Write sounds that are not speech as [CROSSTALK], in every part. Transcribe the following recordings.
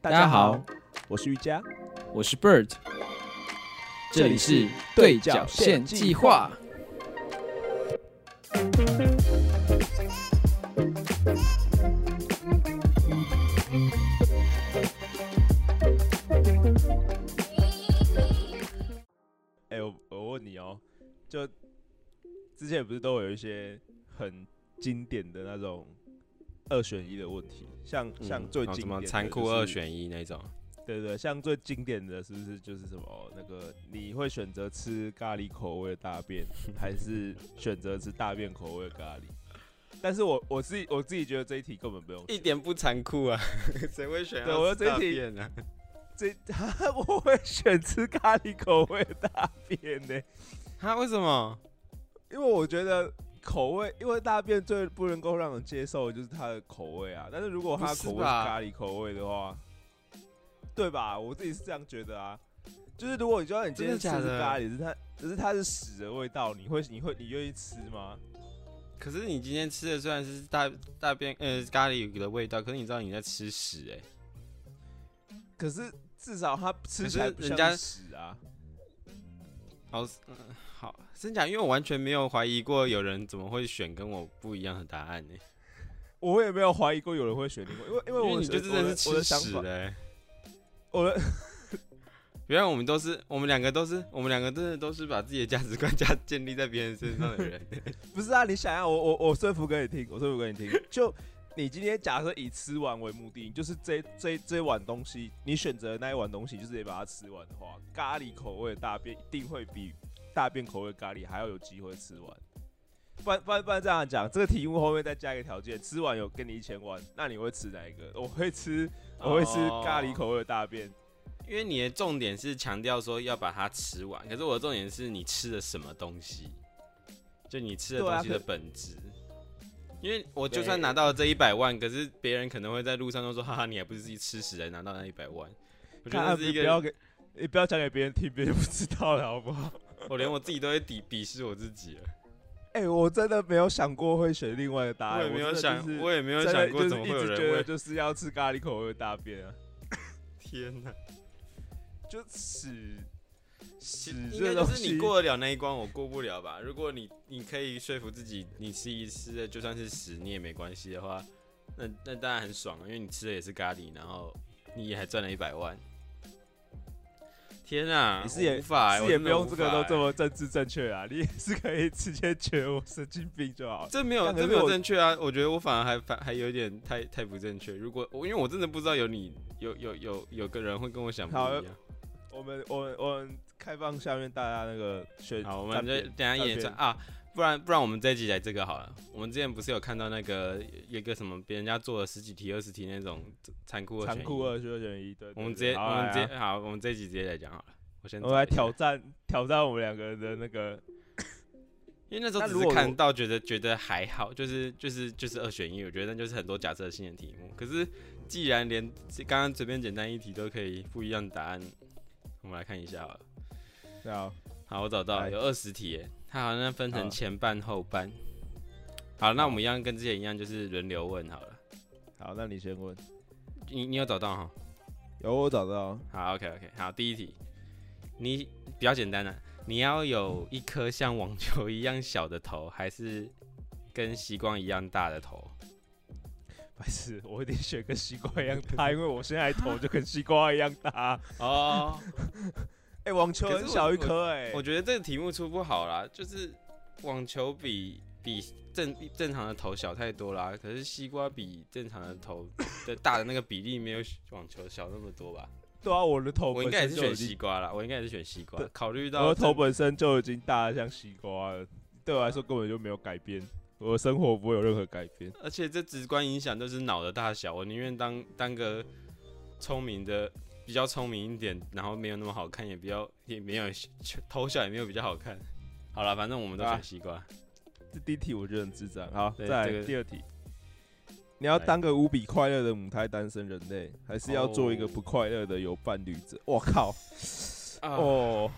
大家好，我是瑜伽，我是 Bird，这里是对角线计划。哎、我我问你哦，就之前不是都有一些很经典的那种二选一的问题，像像最经典嗯哦什的、么残酷二，选一那种，对对，像最经典的是不是就是什么那个你会选择吃咖喱口味的大便，还是选择吃大便口味的咖喱？但是我我自己我自己觉得这一题根本不用一点不残酷啊，谁会选对我要要吃大这一题便啊？ [LAUGHS] 这 [LAUGHS] 我会选吃咖喱口味的大便呢、他为什么？因为我觉得口味，因为大便最不能够让人接受的就是它的口味啊。但是如果它的口味不是是吧咖喱口味的话，对吧？我自己是这样觉得啊。就是如果你知道你今天吃真的假的是咖喱，是它，只是它是屎的味道，你会你会你愿意吃吗？可是你今天吃的虽然是大大便呃咖喱的味道，可是你知道你在吃屎哎、可是至少它吃起来可不是人家像屎啊。好、嗯好，真假？因为我完全没有怀疑过有人怎么会选跟我不一样的答案呢、我也没有怀疑过有人会选另外，因为因为因我为你觉就得真的是我的我吃的想屎法，嘞、我的原来我们都是，我们两个都是，我们两个真的都是把自己的价值观 [LAUGHS] 加建立在别人身上的人。不是啊，你想要我我我说服给你听，我说服给你听。 [LAUGHS] 就你今天假设以吃完为目的，就是这这这碗东西，你选择的那一碗东西，就是得把它吃完的话，咖喱口味的大便一定会比大便口味的咖喱还要有机会吃完。不然不然不然这样讲，这个题目后面再加一个条件，吃完有给你一千万，那你会吃哪一个？我会吃我会吃哦咖喱口味的大便。因为你的重点是强调说要把它吃完，可是我的重点是你吃的什么东西，就你吃的对啊东西可的本质。因为我就对算拿到了这一百万，可是别人可能会在路上都说：“哈哈，你还不是自己吃屎才拿到那一百万。”我觉看得啊那是一不要个，给你不要讲给别人听，别人不知道了好不好？我连我自己都会鄙鄙视我自己了。哎、我真的没有想过会选另外的答案，我也没有哎真的想就，是我也没有真的想过就是怎么会有一直人觉得会。就是要吃咖喱口味的大便啊，天哪！就屎屎应这该就东是西你。过得了那一关，我过不了吧？如果你你可以说服自己，你吃一吃的就算是屎你也没关系的话，那那当然很爽，啊因为你吃的也是咖喱，然后你也还赚了一百万。天啊，你是也我无法欸、是我也真不的用无这个法都欸这，么政治正确啊，你也是可以直接觉得我神经病就好了。这没有但可这是没有我正确啊！我觉得我反而还反还有点太太不正确。如果我因为我真的不知道有你有有有有个人会跟我想不好一样。我们我们我们开放下面大家那个选，好，我们站就边等一下演算站啊，不然不然我们这一集来这个好了。我们之前不是有看到那个有一个什么别人家做了十几题、二十题那种残酷二选残一酷，二选选一，对，我对们直接对好我来们直啊接嗯好，我们这一集直接来讲好了。我先我们来找一挑下，战挑战我们两个人的那个因为那时候那只如是果看我到觉得觉得还好，就是就是就是二选一，我觉得那就是很多假设性的题目。可是既然连刚刚随便简单一题都可以不一样的答案，我们来看一下好了。啊，好，我找到来有二十题耶，它好像分成好前半后半。好，那我们一样跟之前一样，就是轮流问好了。好，那你先问，你你有找到哈？有我找到，好，OK OK，好，第一题，你比较简单了、啊你要有一颗像网球一样小的头，还是跟西瓜一样大的头？白痴，我一定选跟西瓜一样 [LAUGHS] 大，因为我现在头就跟西瓜一样大。哦，哎、网球可是很我小一颗哎、 [LAUGHS] 我觉得这个题目出不好啦，就是网球比比正正常的头小太多啦，可是西瓜比正常的头的大的那个比例没有网球小那么多吧？对啊，我的头我本应该也身是就选已西经，瓜啦，我应该也是选西瓜对。考虑我到的头正本身就已经大得像西瓜了，对我来说根本就没有改变，我的生活不会有任何改变。而且这直观影响就是脑的大小，我宁愿当当个聪明的，比较聪明一点，然后没有那么好看，也比较也没有头小也没有比较好看。好了，反正我们都啊选西瓜。这第一题我觉得很智障。好，对再这来个第二题，你要来当个无比快乐的母胎单身人类，还是要做一个哦不快乐的有伴侣者？我靠，啊哦，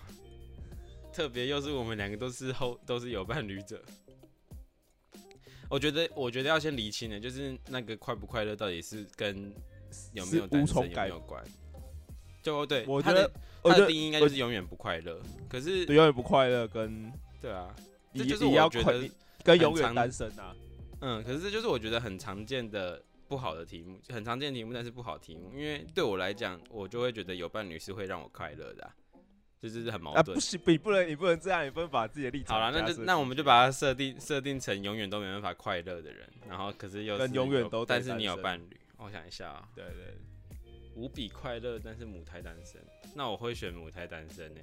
特别又是我们两个都是后都是有伴侣者。我觉得，我觉得要先厘清的，就是那个快不快乐到底是跟有没是有单无身有从没改有关。就对，我他觉得的我他觉的得定义应该就是永远不快乐。可是对永远不快乐跟对啊，这你就是你我要觉快得你跟很永远常单身啊，嗯，可是这就是我觉得很常见的不好的题目，很常见的题目，但是不好题目，因为对我来讲，我就会觉得有伴侣是会让我快乐的、啊，这就是很矛啊盾。不行，你不能你不能这样，你不能把自己的立场哦好了，那加就深那我们就把它设定设定成永远都没办法快乐的人，然后可是又跟是永远有都得但是单你有身伴侣，我想一下啊、对对对无比快乐，但是母胎单身，那我会选母胎单身欸呢、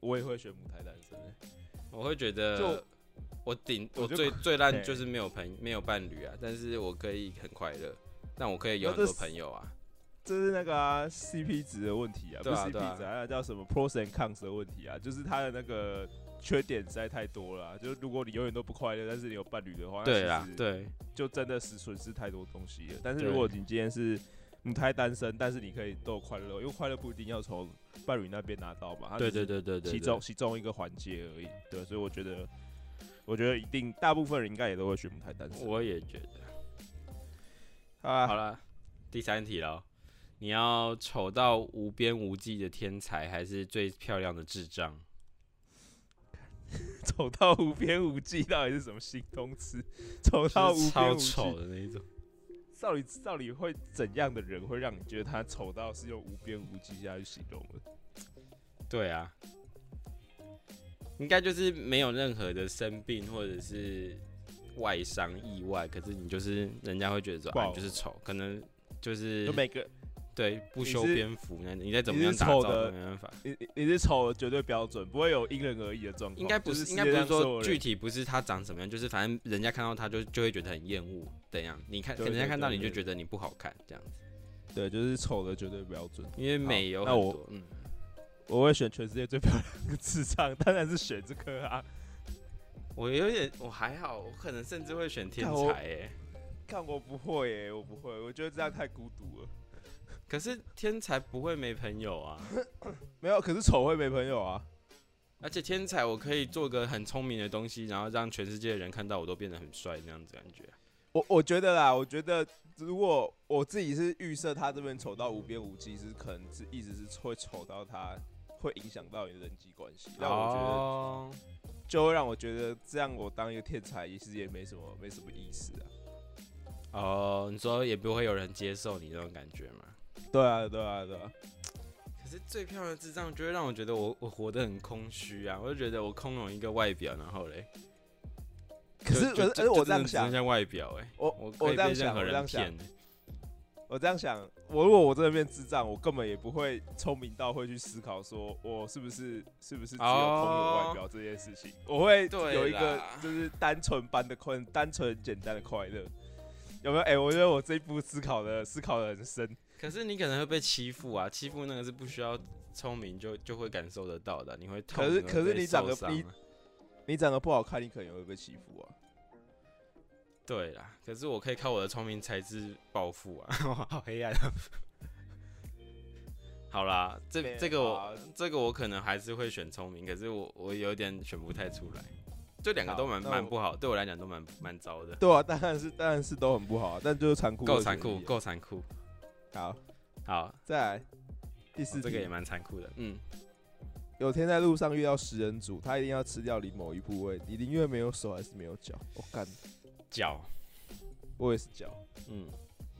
我也会选母胎单身欸、我会觉得就我顶我我就最快最烂对就是没有朋没有伴侣啊，但是我可以很快乐，但我可以有那很这多是朋友啊。这是那个、啊、CP 值的问题啊，对啊不是对啊 CP 值、啊，那叫什么 pros and cons 的问题啊，就是它的那个缺点实在太多了啊、就是如果你永远都不快乐，但是你有伴侣的话，对啦啊，，对，就真的是损失太多东西了。但是对如果你今天是母胎单身，但是你可以都有快乐，因为快乐不一定要从伴侣那边拿到嘛，它对啊只是对对对对，其中其中一个环节而已。对，所以我觉得，我觉得一定大部分人应该也都会选母胎单身。我也觉得。啊，好了，第三题喽，你要丑到无边无际的天才，还是最漂亮的智障？丑到无边无际到底是什么新动词？ [LAUGHS] 丑到就是无边超无际，丑的那一种。到底到底会怎样的人会让你觉得他丑到是用无边无际下去形容的？对啊，应该就是没有任何的生病或者是外伤意外，可是你就是人家会觉得说，不啊，好你就是丑，可能就是就每个对不修你是边幅那，你再怎么你是样打丑造的都没办法。你你你是丑的绝对标准，不会有因人而异的状况。应该不，就是是应该不是说具具体不是他长什么样，就是反正人家看到他就就会觉得很厌恶，怎样？你看对人家对看到对你就对觉得你不好看这样子，对，就是丑的绝对标准。因为美有那很我多，嗯，我会选全世界最漂亮的智障，当然是选这个啊。我有点我还好，我可能甚至会选天看我才哎，看我不会耶、我不会，我觉得这样太孤独了。可是天才不会没朋友啊，没有，可是丑会没朋友啊。而且天才我可以做个很聪明的东西，然后让全世界的人看到我都变得很帅那样子感觉。我我觉得啦，我觉得如果我自己是预设他这边丑到无边无际，是可能是一直是会丑到他会影响到你的人际关系。那我觉得哦，就会让我觉得这样我当一个天才其实也没什么没什么意思啊。哦，你说也不会有人接受你那种感觉吗？对啊，对啊，对啊。可是最漂亮的智障就会让我觉得我我活得很空虚啊，我就觉得我空有一个外表，然后嘞，可是就可是，可是我这样只剩想，下外表哎、我我可我这以被样想，任何我这样人想骗、，我这样想，我如果我真的变智障，我根本也不会聪明到会去思考说我是不是是不是只有空有外表这件事情，我会哦对有一个啦就是单纯般的快，单纯简单的快乐。有没有？哎、我觉得我这一步思考的思考的很深。可是你可能会被欺负啊，欺负那个是不需要聪明就就会感受得到的，你会痛。可是会可是被你长受得伤你啊你长得不好看，你可能也会被欺负啊。对啦，可是我可以靠我的聪明才智暴富啊！ [LAUGHS] 哇，好黑暗、啊。好啦，没这有这个我啊这个我可能还是会选聪明，可是我我有点选不太出来，这两个好都蛮那蛮我不好，对我来讲都蛮蛮糟的，对啊，当然是当然是都很不好、啊，但就是残酷的够残选酷，择够残酷。好，好，再来第四题、哦这个也蛮残酷的，嗯，有天在路上遇到食人族，他一定要吃掉你某一部位，你宁愿没有手还是没有脚？我、哦干，脚，我也是脚。嗯，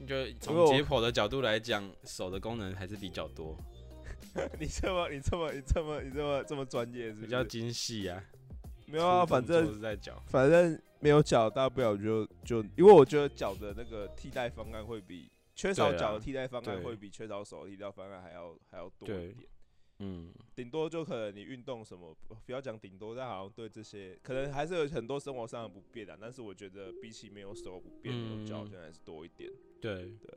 就因为从我解剖的角度来讲，手的功能还是比较多， [LAUGHS] 你这么你这么你这么你这么这么专业是不是比较精细啊。没有啊，粗动反正作是在脚，反正没有脚，大不了就就因为我觉得脚的那个替代方案会比缺少对啊脚的替代方案对会比缺少手的替代方案还要还要多对一点。嗯，顶多就可能你运动什么，不不要讲顶多，但好像对这些可能还是有很多生活上的不便啊。但是我觉得比起没有手不便，没有脚嗯好像还是多一点。对对，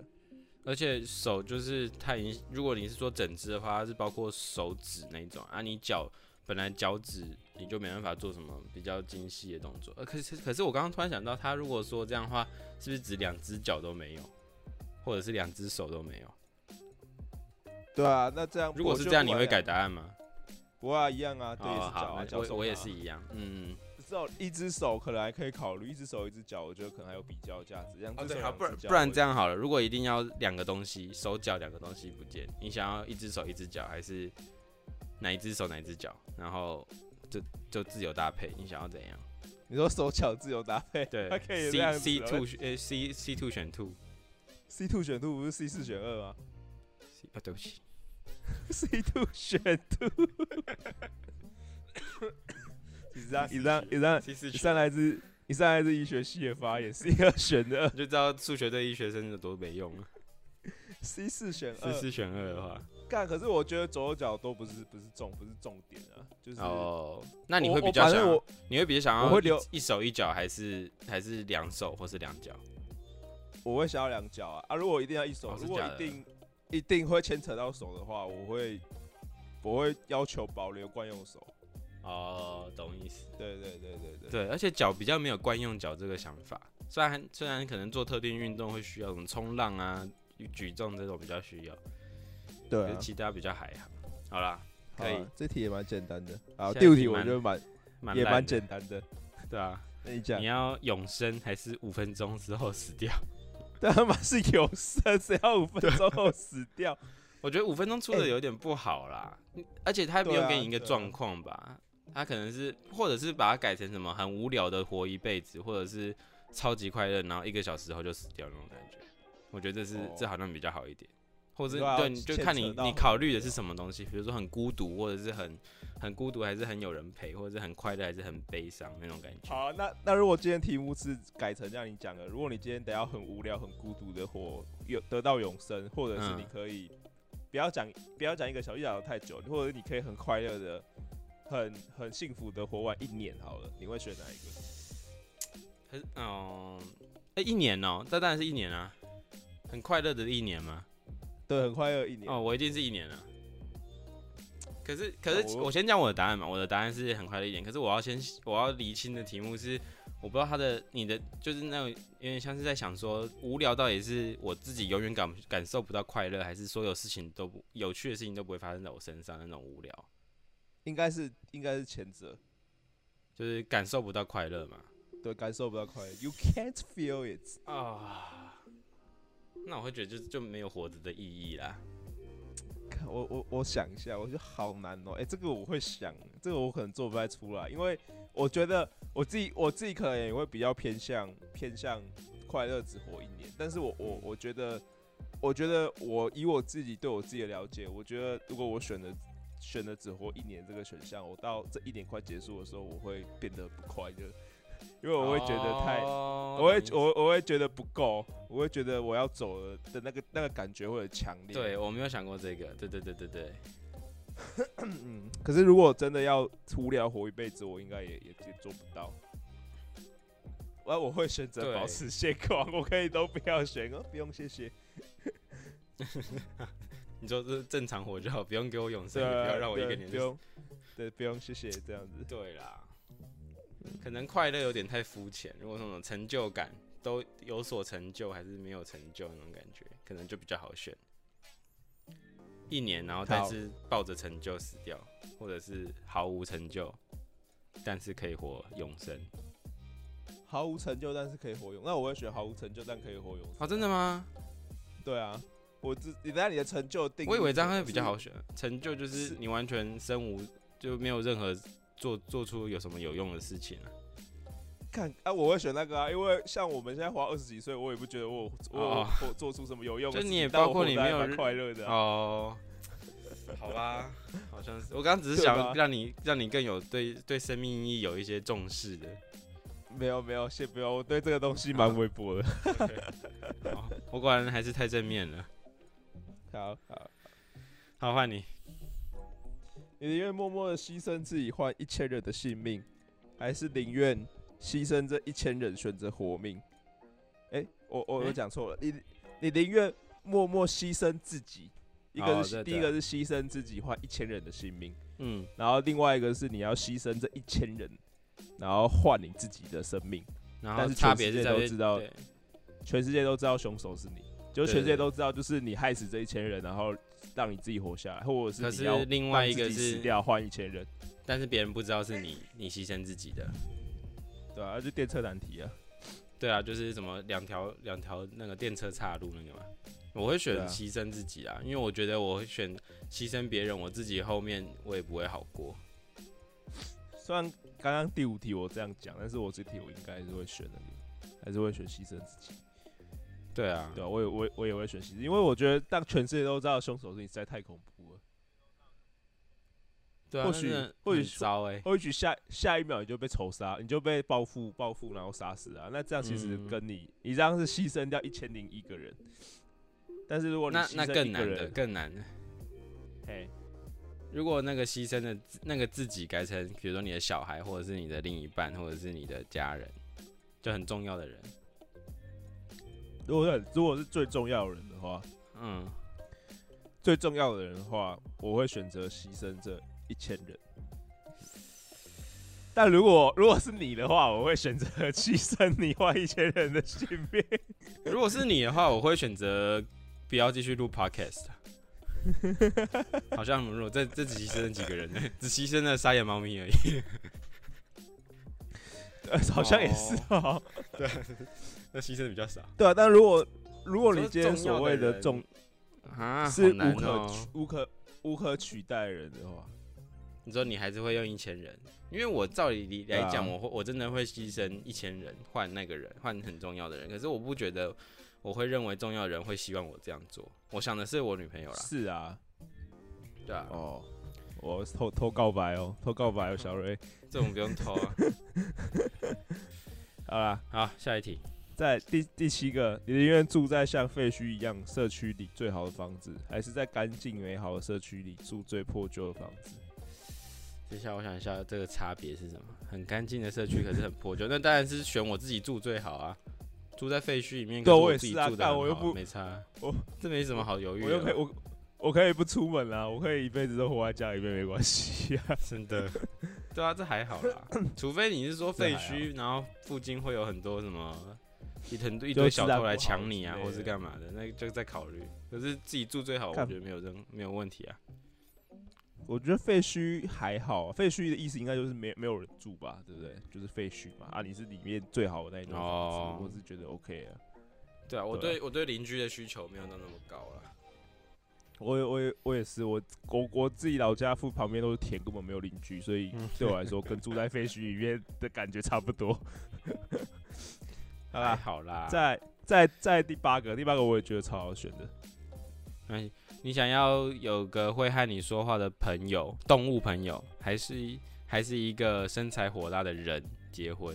而且手就是它已经，如果你是说整只的话，它是包括手指那一种啊。你脚本来脚趾你就没办法做什么比较精细的动作。呃，可是可是我刚刚突然想到，他如果说这样的话，是不是指两只脚都没有，或者是两只手都没有？ [LAUGHS] 对啊，那这样如果我是就这样，你不会管改啊答案吗？不会啊，一样啊，对，也哦是脚好啊，那脚手我我也拿啊是一样，嗯，只有一只手可能还可以考虑，一只手一只脚，我觉得可能还有比较价值。这样哦，只手对，好，两不然只脚不然我这样好了。如果一定要两个东西，手脚两个东西不见，你想要一只手一只脚，还是哪一只手哪一只脚？然后就就自由搭配，你想要怎 [LAUGHS] 样？你说手脚自由搭配，对它可以这样子，C C 哦 two 呃 C C two 选 two， C two 选 two 不是 C 四选二吗 C- 啊对 [LAUGHS] 不起， ？C two [LAUGHS] 选 two，以上以上以上 C 四以上来自以上来自医学系的发言，C 二选二 [LAUGHS] 你就知道数学对医学生有多没用了。 ，C 四选四二。四选二的话，干，可是我觉得左右脚都不是不是重不是重点啊，就是哦，那我你会我比较反正想要我，你会比较想要，我会留一手一脚，还是还是两手或是两脚？我会想要两脚啊啊！如果一定要一手，哦是如果假的一定一定会牵扯到手的话，我会我会要求保留惯用手。哦，懂意思。对对对对对，对，而且脚比较没有惯用脚这个想法，虽然虽然可能做特定运动会需要什么冲浪啊、举重这种比较需要，对啊可是其他比较还好。好啦，好可以啊，这题也蛮简单的。好，下第五一题题我蛮觉得蛮蛮也烂蛮的简单的。对啊。那你讲你，要永生还是五分钟之后死掉？但 [LAUGHS] 他妈是有色，只要五分啊钟后死掉。我觉得五分钟出哎的有点不好啦，嗯而且他没对有啊给你一个对啊状况吧，他可能是或者是把它改成什么很无聊的活一辈子，或者是超级快乐，然后一个小时后就死掉那种感觉。我觉得这是、哦这好像比较好一点，或者对啊对，你就牵看扯你到你很考多虑的是啊什么东西，比如说很孤独，或者是很很孤独，还是很有人陪，或者是很快乐，还是很悲伤那种感觉。好，那那如果今天题目是改成让你讲的，如果你今天得要很无聊、很孤独的活，有得到永生，或者是嗯你可以不要讲不要讲一个小时，一小时太久，或者你可以很快乐的、很很幸福的活完一年好了，你会选哪一个？可是，哦，哎、一年哦、这当然是一年啊，很快乐的一年嘛。对，很快乐一年。哦，我一定是一年了。可是，可哦是我我先讲我的答案嘛，我的答案是很快的一点。可是我要先我要厘清的题目是，我不知道他的你的就是那种有点像是在想说，无聊到底是我自己永远感感受不到快乐，还是所有事情都不有趣的事情都不会发生在我身上那种无聊，应该是应该是前者，就是感受不到快乐嘛？对，感受不到快乐，You can't feel it。啊，那我会觉得就就没有活着的意义啦。看我我我想一下，我觉得好难哦、哎、这个我会想，这个我可能做不太出来，因为我觉得我自己我自己可能也会比较偏向偏向快乐只活一年，但是我我我觉得我觉得我以我自己对我自己的了解，我觉得如果我选择选择只活一年这个选项，我到这一年快结束的时候，我会变得不快乐，因为我会觉得太。哦我会懂意思我我会觉得不够，我会觉得我要走了的那个那个感觉会很强烈。对我没有想过这个，对对对对对。嗯，可是如果真的要无聊活一辈子，我应该也也也做不到。我我会选择对保持现况，我可以都不要选哦，不用谢谢。你说这是正常活就好，不用给我永生，对也啊，不要让我一个对年不就死。用，对，不用谢谢这样子。对啦，可能快乐有点太肤浅，如果那种成就感都有所成就，还是没有成就那种感觉，可能就比较好选。一年，然后但好是抱着成就死掉，或者是毫无成就，但是可以活永生。毫无成就，但是可以活用。那我会选毫无成就，但可以活用。哦，真的吗？对啊，我自你那你的成就定义是什么，我以为这样会比较好是选，成就就是是你完全身无，就没有任何做做出有什么有用的事情啊。看啊，我会选那个啊，因为像我们现在活二十几岁，我也不觉得我有我有哦做做出什么有用的就事情，你也但我包括活你得还没有蛮认快乐的啊、哦， [LAUGHS] 好吧，好像是。我刚刚只是对想吧让你让你更有对对生命意义有一些重视的。没有没有，先不要，我对这个东西蛮微薄的。好哦我果然还是太正面了。好好，好，换你。你宁愿默默的牺牲自己换一千人的性命，还是宁愿牺牲这一千人选择活命？哎、我我我诶讲错了，你你宁愿默默牺牲自己，一个哦是、对第一对个是牺牲自己换一千人的性命，嗯，然后另外一个是你要牺牲这一千人，然后换你自己的生命。然但后是差全别世是界在都于知道对全世界都知道凶手是你，就对全世界对都知道，就是你害死这一千人，然后让你自己活下来，或者可是是你要另外让一个自己死是掉换一千人。但是别人不知道是你你牺牲自己的。对啊，就电车难题啊。对啊，就是什么两条两条那个电车岔路那个嘛，我会选对啊牺牲自己啊，因为我觉得我会选牺牲别人，我自己后面我也不会好过。虽然刚刚第五题我这样讲，但是我这题我应该还是会选的，还是会选牺牲自己。对啊，对啊，我也我也我也会选牺牲，因为我觉得当全世界都知道凶手是你，实在太恐怖了。对啊，或许那真的或许很糟哎、或许下下一秒你就被仇杀，你就被报复报复，然后杀死啊。那这样其实嗯跟你、你这样是牺牲掉一千零一个人，但是如果你那牺那牲更一个难的，人，更难的。嘿，如果那个牺牲的自那个自己改成，比如说你的小孩，或者是你的另一半，或者是你的家人，就很重要的人，如果是如果是最重要的人的话，嗯，最重要的人的话，我会选择牺牲这一千人。但如果如果是你的话，我会选择牺牲你换一千人的性 [LAUGHS] 命。如果是你的话，我会选择不要继续录 podcast。好啊像如果这这只牺牲了几个人呢？只牺牲了沙眼猫咪而已。呃好像也是哦。 [LAUGHS] 那牺牲比较少对啊，但如果如果你你说今天重要所谓的的人重啊是无可取、无可无可取代的人的话，你说你还是会用一千人，因为我照理理来讲，对啊我会我真的会牺牲一千人换那个人，换很重要的人。可是我不觉得我会认为重要的人会希望我这样做。我想的是我女朋友啦，是啊，对啊，哦，我偷偷告白哦，偷告白哦，小蕊。这种不用偷啊。好啦，好，下一题，在第第七个，你宁愿住在像废墟一样社区里最好的房子，还是在干净美好的社区里住最破旧的房子？接下来我想一下这个差别是什么？很干净的社区，可是很破旧。那当然是选我自己住最好啊，住在废墟里面，对可是我也自己是啊住的干我又不没差，啊我这没什么好犹豫我又可以的。我。我可以不出门啦，我可以一辈子都活在家里面，没关系啊。 [LAUGHS] 真的， [LAUGHS] 对啊，这还好啦， [COUGHS] 除非你是说废墟，然后附近会有很多什么一很多一堆小偷来抢你啊，就或是是自然干嘛的，那就再考虑。可是自己住最好，我干觉得没有任没有问题啊。我觉得废墟还好、啊，废墟的意思应该就是没没有人住吧，对不对？就是废墟嘛。啊，你是里面最好的那一栋房子，哦我是觉得 OK 啊。对啊，我对啊对我对邻居的需求没有到那么高啦。我也我也我也是，我我我自己老家附旁边都是田，根本没有邻居，所以嗯对我来说跟住在废墟里面的感觉差不多。 [LAUGHS] 好还啦，好啦，在在在第八个，第八个我也觉得超好选的。那哎你想要有个会和你说话的朋友，动物朋友，还是还是一个身材火辣的人结婚？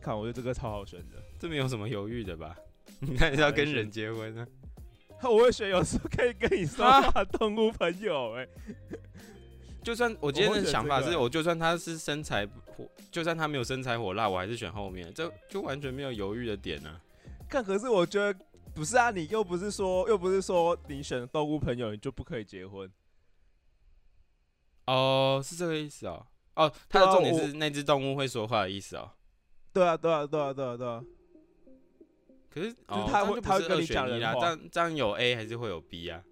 看，我觉得这个超好选的。 [LAUGHS] 这没有什么犹豫的吧？ [LAUGHS] 你看是要跟人结婚啊呢、我会选有时候可以跟你说话的动物朋友、哎、就算我今天我会的选想法这个是，欸我就算他是身材不火，就算他没有身材火辣，我还是选后面，这就完全没有犹豫的点啊。看，可是我觉得不是啊，你又不是说又不是说你选动物朋友你就不可以结婚。哦，是这个意思哦。哦，他对的啊重点我是那只动物会说话的意思哦。对啊，对啊，对啊，对啊，对啊。可是，就是哦他这样会就不他会是跟二你选讲一人啦，话这样这样有 A 还是会有 B 啊。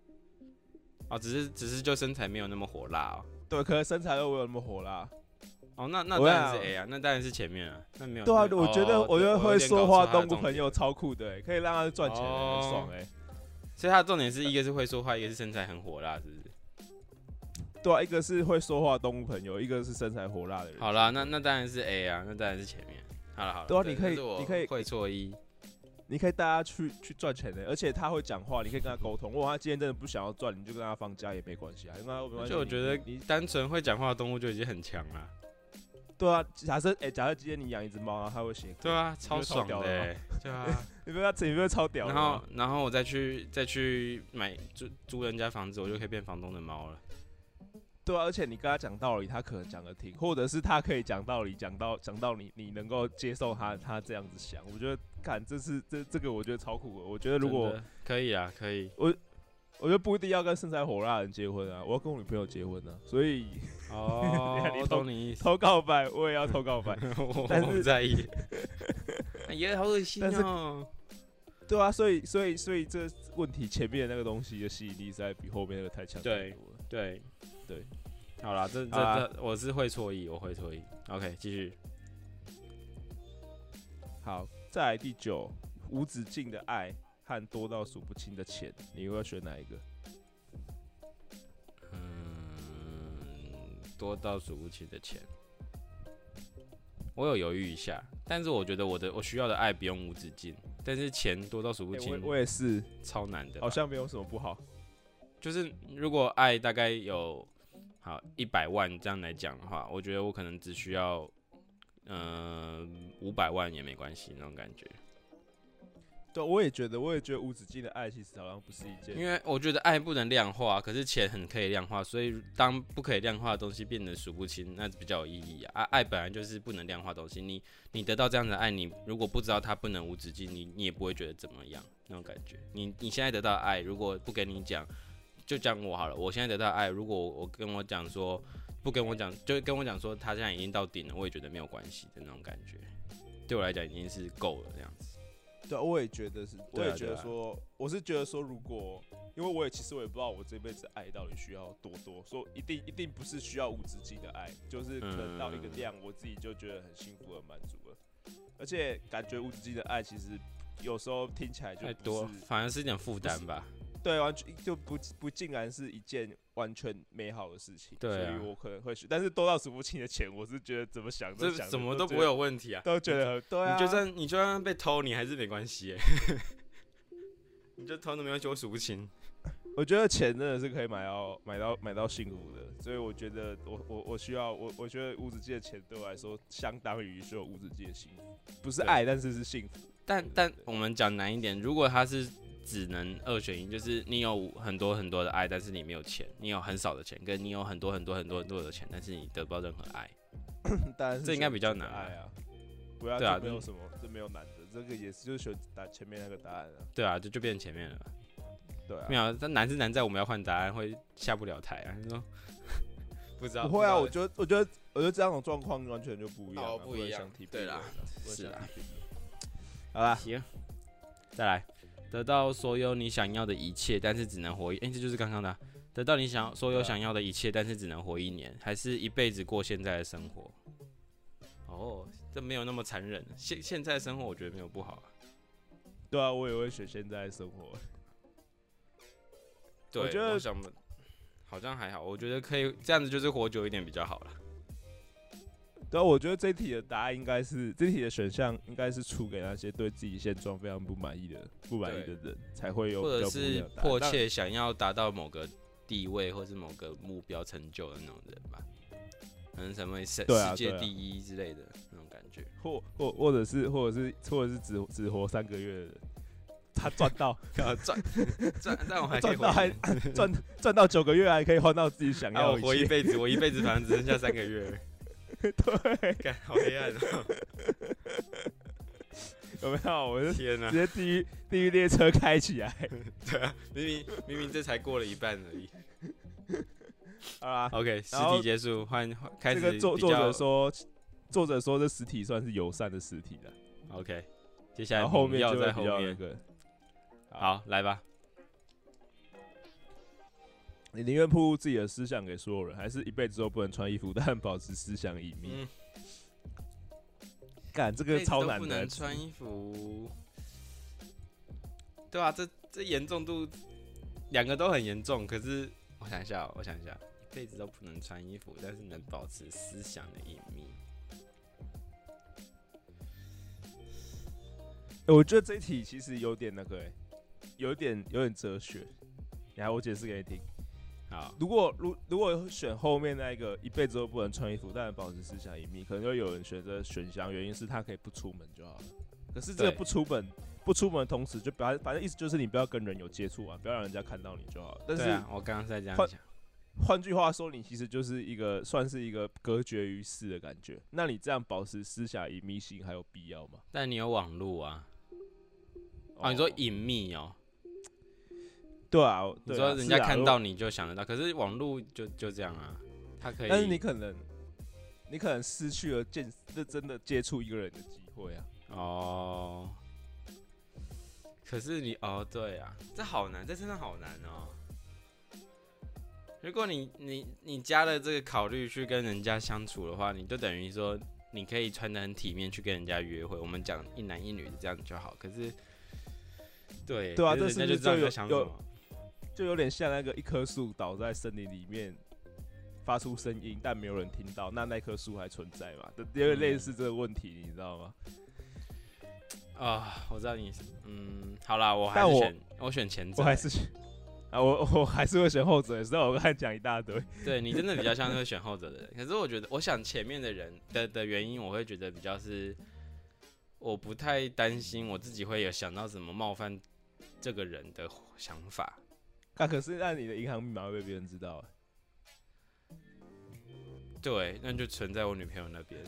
哦，只是只是就身材没有那么火辣哦。对，可能身材又没有那么火辣。哦，那那我当然是想 A 啊，那当然是前面啊，那没有。对啊，那我觉得哦我觉对得有会点说搞话错他的动物重朋点友超酷的、欸可以让他赚钱、哦很爽哎、所以他的重点是一个是会说话，一个是身材很火辣，是不是？对啊，一个是会说话的动物朋友，一个是身材火辣的人。好啦，那那当然是 A 啊，那当然是前面。好了好了，对啊你可以这是我你可以啊会错一，你可以带他去去赚钱欸的、而且他会讲话，你可以跟他沟通。如果他今天真的不想要赚，你就跟他放假也没关系啊，因为他没关系。就我觉得你你单纯会讲话的动物就已经很强了。对啊，假设哎、假设今天你养一只猫，然后它会写，对啊，觉超得超爽的屌的欸、对啊。你不要你不要超屌的啊然吗。后然后我再去再去买租租人家房子，我就可嗯以变房东的猫了。对啊，而且你跟他讲道理，他可能讲得听，或者是他可以讲道理，讲到讲到你你能够接受他他这样子想，我觉得看这是这这个我觉得超酷的。我觉得如果真的可以啊，[LAUGHS] 可以我觉得不一定要跟身材火辣的人结婚啊，我要跟我女朋友结婚啊，所以哦你，我懂你意思，偷告白我也要 [LAUGHS] 偷 [LAUGHS] 告白。我但我不是 [LAUGHS] 在意。哎呀，好恶心但是哦！对啊，所以所以所以这问题前面的那个东西的吸引力实在比后面那个太强太对多了。对对，好啦，这这好啊这我是会错意，我会错意。OK，继续。好，再来第九，无止境的爱和多到数不清的钱，你会选哪一个？嗯，多到数不清的钱，我有犹豫一下，但是我觉得我的我需要的爱不用无止境，但是钱多到数不欸清，我我也是，超难的吧。好像没有什么不好。就是如果爱大概有好一百万这样来讲的话，我觉得我可能只需要呃五百万也没关系那种感觉，对，啊我也觉得，我也觉得无止境的爱其实好像不是一件因为我觉得爱不能量化，可是钱很可以量化，所以当不可以量化的东西变得数不清，那比较有意义啊。啊爱本来就是不能量化的东西，你你得到这样的爱，你如果不知道它不能无止境，你你也不会觉得怎么样那种感觉。你你现在得到的爱，如果不跟你讲，就讲我好了。我现在得到的爱，如果我我跟我讲说不跟我讲，就跟我讲说他现在已经到顶了，我也觉得没有关系的那种感觉。对我来讲已经是够了这样子。对，啊我也觉得是，我对啊也觉得对啊说，我是觉得说，如果因为我也其实我也不知道我这辈子爱到底需要多多，说一定一定不是需要无止境的爱，就是可能到一个嗯量，我自己就觉得很幸福很满足了，而且感觉无止境的爱其实有时候听起来就太不多是，反而是一点负担吧。对，完全就不不竟然是一件完全美好的事情，对啊所以我可能会选，但是多到数不清的钱，我是觉得怎么想这都想怎么都都觉不会得，有问题啊！都觉得很对啊，你就算你就算被偷，你还是没关系欸。 [LAUGHS] 你就偷都没关系，我数不清。我觉得钱真的是可以买到买到买到幸福的，所以我觉得我我我需要我我觉得无止境的钱对我来说相当于是有无止境的幸福，不是对爱，但是是幸福。但对但对我们讲难一点，如果他是只能二选一，就是你有很多很多的爱，但是你没有钱；你有很少的钱，跟你有很多很多很多很多的钱，但是你得不到任何爱。当然是这应该选比较择难啊爱啊，不要对啊这没有这什么这没有难的，这个也是就是选答前面那个答案啊，对啊，这就变前面了。对没啊，有，但难是难在我们要换答案，会下不了台啊。你说 [LAUGHS] 不知道？欸不会啊，不我知觉得我觉得我觉得这两种状况完全就不一样啊、哦不一样想提对啦，不会是想啊提别人好啦道，行，再来，得到所有你想要的一切，但是只能活一，哎、这就是刚刚的啊、得到你想所有对啊想要的一切，但是只能活一年，还是一辈子过现在的生活？哦，这没有那么残忍。现现在的生活我觉得没有不好啊、对啊，我也会选现在的生活。对，我觉得想好像还好，我觉得可以这样子，就是活久一点比较好了。对啊，我觉得这题的答案应该是这题的选项应该是出给那些对自己现状非常不满意的不满意的人才会有，或者比较不一是样的答案迫。切想要达到某个地位或是某个目标成就的那种人吧，可能成为世对啊世界对啊第一之类的那种感觉。但或或或者是或者是或者是只只活三个月的人，他赚到啊，赚赚，但我 [LAUGHS] 还可以赚活到一还 [LAUGHS] 年。赚赚到九个月还可以换到自己想 [LAUGHS] 啊，要我的活一一切。辈子，我一辈子反正只剩下三个月了。 [LAUGHS] 对，干，好黑暗哦！ [LAUGHS] 有没有？我就天哪、直接地狱地狱列车开起来对啊，明明明明这才过了一半而已。好啦， OK，实然后体结束，换换 [LAUGHS] 开这始个作比作者较说，作者说这实体算是友善的实体了， OK，接下然来后后你面要就会在比后较那面。个。好，来吧。你宁愿暴露自己的思想给所有人，还是一辈子都不能穿衣服，但保持思想隐秘？嗯，干、这一个辈子超都难不的能，穿衣服。对啊，这这严重度，两个都很严重。可是我想一下哦，我想一下，一辈子都不能穿衣服，但是能保持思想的隐秘。欸我觉得这一题其实有点那个、欸，有点有点哲学。然后我解释给你听。好，如果如如果选后面那一个一辈子都不能穿衣服，但保持思想隐秘，可能就有人选择选项，原因是他可以不出门就好了。可是这个对不出门，不出门的同时就不要，反正意思就是你不要跟人有接触啊，不要让人家看到你就好了。但是对啊，我刚刚是在这样换讲。换句话说，你其实就是一个算是一个隔绝于世的感觉。那你这样保持思想隐秘性还有必要吗？但你有网络啊？哦，你说隐秘哦？对啊，我你对啊说人家看，到是啊你就想得到，可是网络就就这样啊，它可如以。但是你可能你可能失去了见这真的接触一个人的机会啊。哦，可是你哦，对啊，这好难，这真的好难哦。如果你你你加了这个考虑去跟人家相处的话，你就等于说你可以穿的很体面去跟人家约会，我们讲一男一女的这样就好。可是，对对啊可这人家是不是就知道你就有在想什有么。就有点像那个一棵树倒在森林里面发出声音，但没有人听到，那那棵树还存在嘛？有点类似这个问题，你知道吗？嗯啊、我知道你，嗯，好啦，我还但是我选我选前者，我还是 [LAUGHS] 啊，我我还是会选后者，虽然我刚才讲一大堆。 [LAUGHS] 对你真的比较像是会选后者的人。可是我觉得，我想前面的人的的原因，我会觉得比较是，我不太担心我自己会有想到什么冒犯这个人的想法。那、啊可是那你的银行密码会被别人知道、欸，对，那就存在我女朋友 [LAUGHS] 那边。，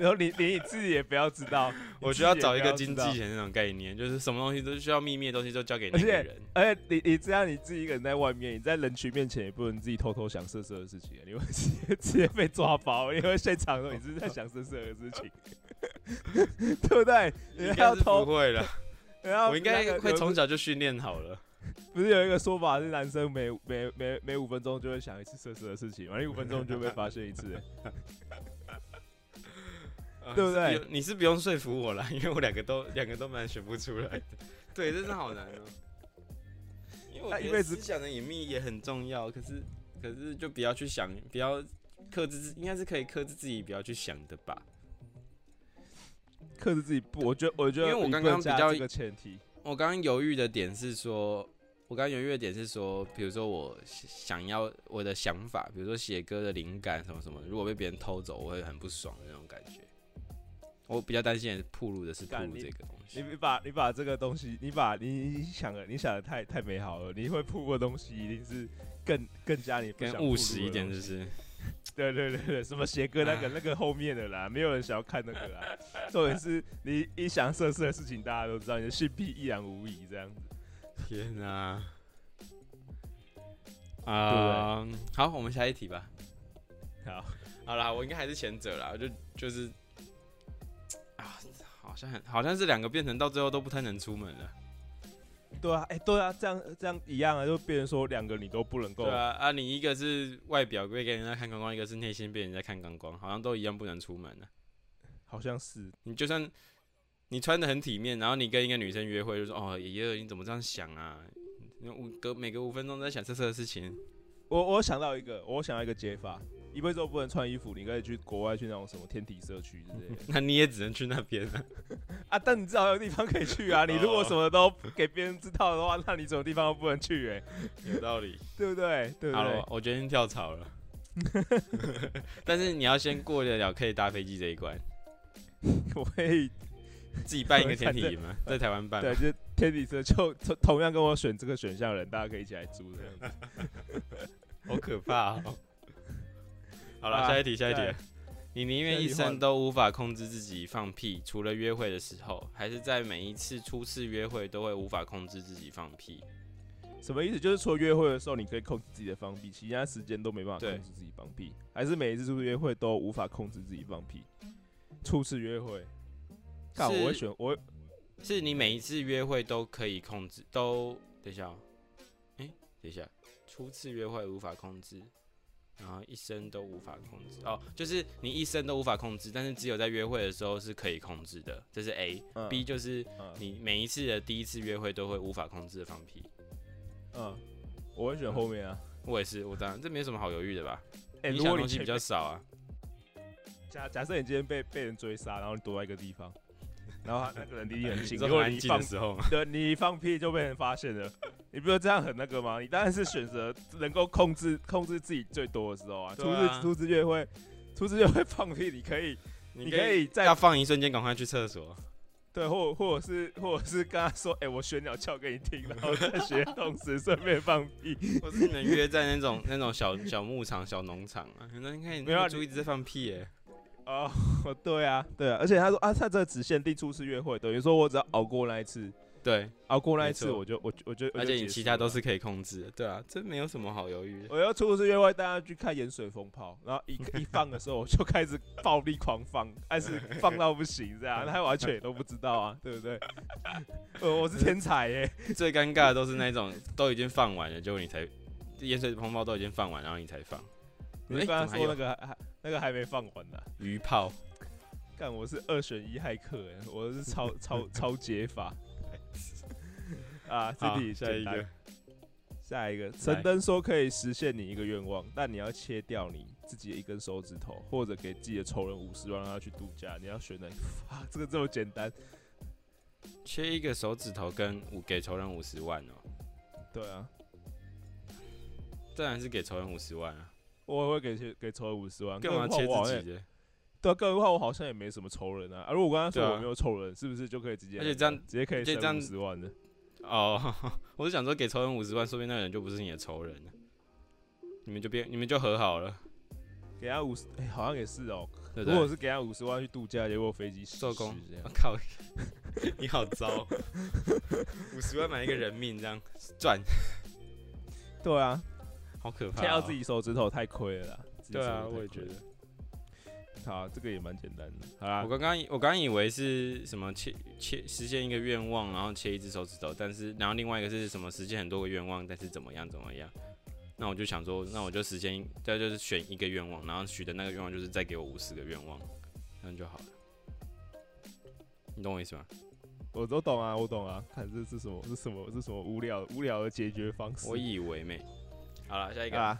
然后你连你自己也不要知道我觉得要找一个你自己也经不要纪知道。人那种概念，就是什么东西都需要秘密的东西都交给那个而且 [LAUGHS] 人。而且哎你你这样你自己一个人在外面，你在人群面前也不能自己偷偷想色色的事情，你会 [LAUGHS] 直接直接被抓包，因为现场说你是在想色色的事情， [LAUGHS] 对不对？你应该要是不偷，会了，然后我应该会从从小就训练好了。不是有一个说法是男生每每每每五分钟就会想一次色色的事情，完了五分钟就被发现一次，欸啊对不对是用你是不用说服我了， [LAUGHS] 因为我两个都两个都蛮选不出来的。对，真是好难哦、 [LAUGHS] 因为我那觉一得辈子思想的隐秘也很重要，可是可是就不要去想，不要克制自，应该是可以克制自己不要去想的吧。克制自己不，我觉得我觉得因为我你刚不能刚比加较这个前提，我刚刚犹豫的点是说，我刚刚犹豫的点是说，比如说我想要我的想法，比如说写歌的灵感什么什么，如果被别人偷走，我会很不爽的那种感觉。我比较担心的是铺路的是铺干路你这个东西你。你把你把这个东西，你把你你想的你想的太太美好了，你会瀑布的东西一定是更更加你不更想务曝实露一的点，东就西是对对对对，什么邪哥 [LAUGHS] 那个那个后面的啦，没有人想要看那个啦。重点是你一想色色的事情，大家都知道，你的性癖一览无遗这样子。天哪、 [LAUGHS] 啊！啊、好，我们下一题吧。呃好，好啦，我应该还是前者啦，就就是啊，好像很好像是两个变成到最后都不太能出门了。对啊，哎、对啊，这样这样一样啊，就变成说两个你都不能够对啊，啊，你一个是外表被给人家看光光，一个是内心被人家看光光，好像都一样不能出门呢、好像是你就算你穿的很体面，然后你跟一个女生约会，就说哦，爷爷你怎么这样想啊？你五隔每隔五分钟都在想色色的事情，我我想到一个，我想到一个解法，你不是说不能穿衣服，你可以去国外去那种什么天体社区之类的。 [LAUGHS] 那你也只能去那边 [LAUGHS] 了、啊，但你至少有地方可以去啊！你如果什么都给别人知道的话，那你什么地方都不能去、欸，有道理。对不对？对不好了对？，我决定跳槽了。但是你要先过得了可以搭飞机这一关， [LAUGHS] 我会自己办一个天体营吗？在台湾办 [LAUGHS] 吗对，就是天体车就同同样跟我选这个选项的人，大家可以一起来租的。好可怕 [LAUGHS] 哦！好了，啊下一题，下一题再来。你宁愿下一一题生换都无法控制自己放屁，除了约会的时候，还是在每一次初次约会都会无法控制自己放屁？什么意思？就是除了约会的时候，你可以控制自己的放屁，其他时间都没办法对控制自己放屁，还是每一次出去约会都无法控制自己放屁？初次约会，看是我会选我会是你每一次约会都可以控制，都等一下、哦，哎、等一下，初次约会无法控制，然后一生都无法控制哦，就是你一生都无法控制，但是只有在约会的时候是可以控制的，这是 A。嗯 B 就是嗯你每一次的第一次约会都会无法控制的放屁。嗯，我会选后面啊。我也是，我当然这没什么好犹豫的吧？哎、你如想果你的东西前比较少啊，假假设你今天被被人追杀，然后你躲在一个地方，然后他那个人离你 [LAUGHS] 很近，你说如果很你安静放的时候嘛，对，你放屁就被人发现了，你不是这样很那个吗？你当然是选择能够控制控制自己最多的时候啊。初对啊次初次约会，初次约会放屁，你可以你可以在要放一瞬间，赶快去厕所。对，或或者是或者是跟他说，哎、我学鸟叫给你听，然后在学的同时顺便放屁。 [LAUGHS] 或是你们约在那种那种小小牧场、小农场啊，那你看你没有啊那个猪一直在放屁耶、哦，对啊，对啊，而且他说啊，他这只限定初次约会，等于说我只要熬过那一次，对，熬过那一没次错我就我就我就，我就而且你结束其他都了是可以控制的，对啊，这没有什么好犹豫的。我要初次约会，大家去看盐水风炮，然后 [LAUGHS] 一一放的时候，我就开始暴力狂放，但是放到不行这样，他完全也都不知道啊，对不对？ [LAUGHS] 呃，我是天才耶、最尴尬的都是 [LAUGHS] 那种都已经放完了，结果你才盐水风暴都已经放完，然后你才放你哎刚刚怎么还说有那个还、还那个还没放完呢、鱼泡，干我是二选一骇客、欸，我是超超超解 [LAUGHS] 法。啊，这好题，下一个，下一个，陈登说可以实现你一个愿望，但你要切掉你自己的一根手指头，或者给自己的仇人五十万让他去度假，你要选哪一个？ [LAUGHS] 啊，这个这么简单？缺一个手指头跟五给仇人五十万哦、对啊，当然是给仇人五十万啊，我也会给给仇人五十万，干嘛更何切况我好自像己的？对啊，更何况我好像也没什么仇人啊。啊如果我刚刚对说啊我没有仇人，是不是就可以直接？而且这样直接可以而且这省样五十万的。哦， [LAUGHS] 我是想说给仇人五十万，说不定那个人就不是你的仇人了，你们就变你们就和好了，给他五十，哎，好像也是哦。对不如果对？是给他五十万去度假，结果飞机失做工事这样 [LAUGHS] 我、，靠，你好糟，五十万买一个人命这样赚，对啊，好可怕、哦切到自。己手指头太亏了啦。自己对啊，手指头我也太觉亏得。了。好，这个也蛮简单的。好啦我，刚刚以我刚以为是什么切切实现一个愿望，然后切一只手指头，但是然后另外一个是什么实现很多个愿望，但是怎么样怎么样？那我就想说，那我就实现，对，就是选一个愿望，然后许的那个愿望就是再给我五十个愿望，这样就好了。你懂我意思吗？我都懂啊，我懂啊。看这是什么？这是什么？这是什么无聊无聊的解决方式？我以为没。好了，下一个，啊，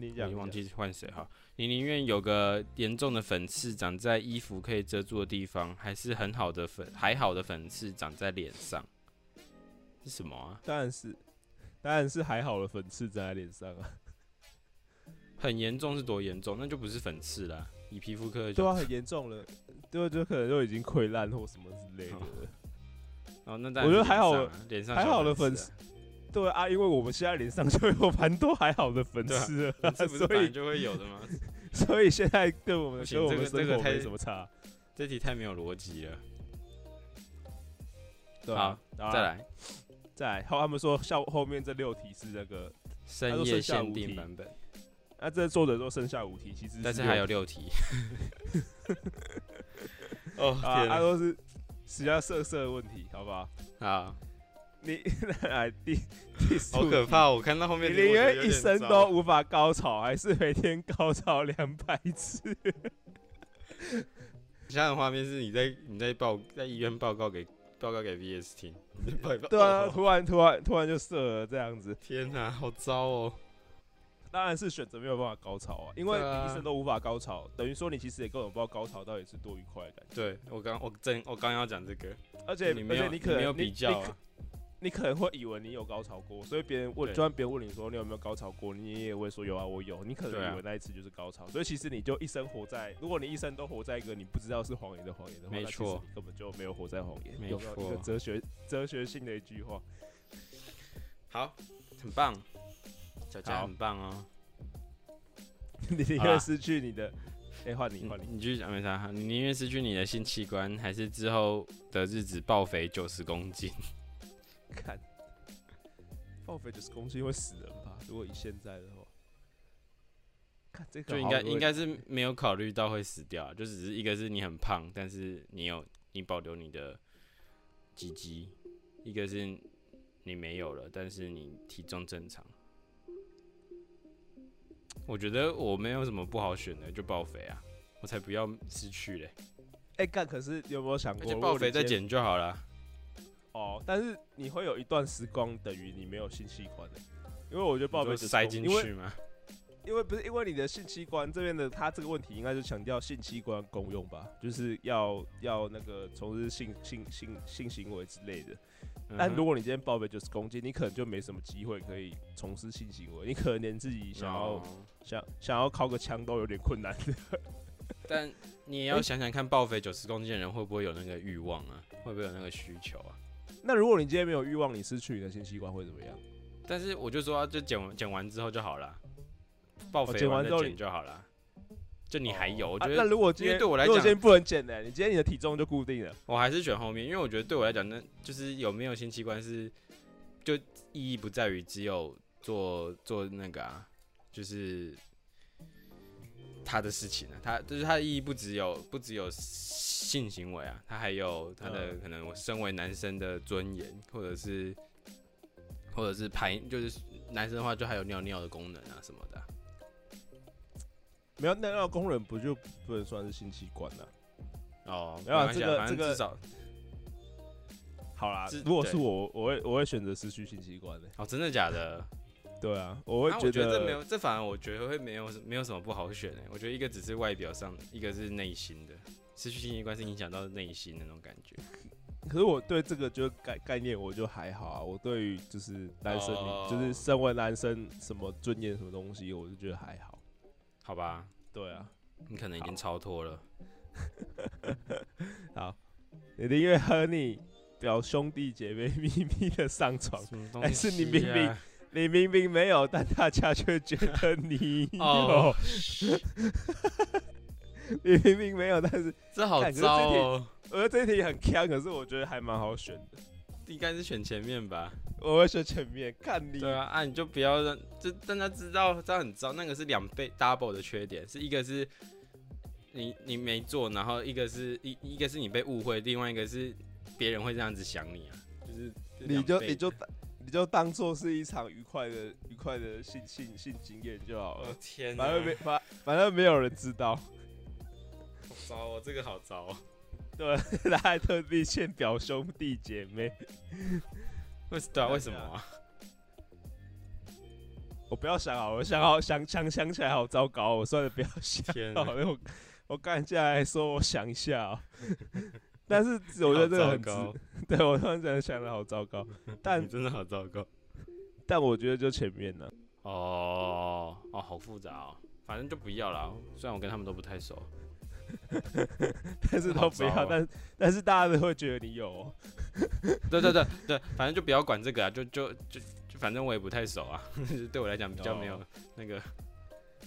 你我讲已经忘你讲记换谁哈。你宁愿有个严重的粉刺长在衣服可以遮住的地方，还是很好的粉还好的粉刺长在脸上？是什么啊？当然是当然是还好的粉刺长在脸上啊。很严重是多严重？那就不是粉刺啦，以皮肤科的角对啊，度，很严重了，对，啊就可能就已经溃烂或什么之类的好了。哦，那我觉得还好好，脸上还小好的粉粉刺刺 [LAUGHS] 对啊，因为我们现在脸上就有蛮多还好的粉刺了啊，啊，粉刺不 [LAUGHS] 是所本来以就会有的吗？所以现在对我们不行跟我们这个生这个活太没什么差。这题太没有逻辑了。对 [LAUGHS] 啊，好再，来，再来。后他们说下后面这六题是那个，深都夜剩下限五定题版本，那这作者说剩下五题，其实但是还有六六题。 [LAUGHS] [LAUGHS] 哦题啊，天他啊！都是比较色色的问题，好不好？啊，你 [LAUGHS] 来第第四好题可怕！我看到后面你题宁我觉得愿有一点生糟都无法高潮，还是每天高潮两百 [LAUGHS] 次？想想画面是你在你在报在医院报告给报告给 VS 听，你在报告对啊，哦 [LAUGHS] 突然突然突然就射了这样子，天哪，好糟哦！当然是选择没有办法高潮啊，因为对啊你一生都无法高潮，等于说你其实也根本不知道高潮到底是多愉快的感觉，对我刚我正我刚要讲这个，而且你而没有且你可能没有你比较你可啊，你可能会以为你有高潮过，所以别人问，就对算别人问你说你有没有高潮过，你也会说有啊，我有，你可对啊能以为那一次就是高潮，所以其实你就一生活在，如果你一生都活在一个你不知道是谎言的谎言的话，没那其实错你根本就没有活在谎言，没有没有一个错哲学哲学性的一句 [LAUGHS] 话？好，很棒，小佳好很棒哦。你宁好啦嗯愿失去你的，哎、换你换你，你继续讲没啥，你宁愿失去你的性器官，还是之后的日子暴肥九十公斤？看，报废九十公斤会死人吧？如果以现在的话，看这个就应好该像会应该是没有考虑到会死掉啊，就只是一个是你很胖，但是你有你保留你的鸡鸡；一个是你没有了，但是你体重正常。我觉得我没有什么不好选的，就暴肥啊，我才不要失去嘞，哎干、可是你有没有想而过且如暴果肥你再今天减就好了。哦，但是你会有一段时光等于你没有性器官的，因为我觉得报你废说塞进因为去吗？因为不是因为你的性器官这边的，他这个问题应该就强调性器官公用吧，就是要要那个从事性性性性行为之类的。但嗯哼如果你今天报废九十公斤，你可能就没什么机会可以从事性行为，你可能连自己想要、哦想想要靠个枪都有点困难的。但你也要想想看，暴肥九十公斤的人会不会有那个欲望啊？会不会有那个需求啊？那如果你今天没有欲望，你失去你的性器官会怎么样？但是我就说、啊，就减完减完之后就好啦，暴肥哦减完再之后减你就好啦。就你还有，我啊觉那得如果今因为天对我来如果讲今天不能减呢、你今天你的体重就固定了。我还是选后面，因为我觉得对我来讲，那就是有没有性器官是就意义不在于只有做做那个啊，就是他的事情啊，他就是他的意义不只有不只有性行为啊，他还有他的嗯可能我身为男生的尊严，或者是或者是排就是男生的话就还有尿尿的功能啊什么的啊、没有，那那工人不就不能算是性器官啊了、哦，没有啊关系这啊个反正这个至少好啦是，如果对是我，我会我会选择失去性器官的、欸哦，真的假的？对啊，我会啊觉我觉得,、这没有，这反而我觉得会没有没有什么不好选哎、我觉得一个只是外表上的，一个是内心的，失去性器官是影响到内心的那种感觉。可是我对这个就概概念我就还好啊。我对于就是男生，哦你就是身为男生什么尊严什么东西，我就觉得还好。好吧，对啊，你可能已经超脱了。好，你的音乐和你表兄弟姐妹秘密的上 [LAUGHS] 床，什么东哎是你西明明啊你明明没有，但大家却觉得你有。哦 [LAUGHS] 你明明没有，但是这好看可是糟哦，我觉得这一题很坑，可是我觉得还蛮好选的。应该是选前面吧？我会选前面，看你对啊，啊你就不要让这大家知道，这样很糟。那个是两倍 double 的缺点，是一个是你你没做，然后一个是一一个是你被误会，另外一个是别人会这样子想你啊，就是这你两就倍你就 [LAUGHS] 当你就当做是一场愉快的愉快的性性性经验就好哦了，天哪，反正没反反正没有人知 [LAUGHS] 道，好糟哦，这个好糟哦，他还特地献表兄弟姐妹， [LAUGHS] 为什对对啊啊为什么啊？我不要想好，我想好想想想起来好糟糕，我算了，不要想 [LAUGHS] 天哪好，了，我我刚下来说我想一下、 [LAUGHS] 哦，但是我觉得这个很好糟值糕，，对我突然真的想的好糟糕， [LAUGHS] 但你真的好糟糕但我觉得就前面呢、哦哦，好复杂哦，反正就不要啦。虽然我跟他们都不太熟，但是都不好糟要，哦但但是大家都会觉得你有、哦， [LAUGHS] 对对对对，反正就不要管这个啊，就 [LAUGHS] 就就就反正我也不太熟啊， [LAUGHS] 就对我来讲比较没有哦那个，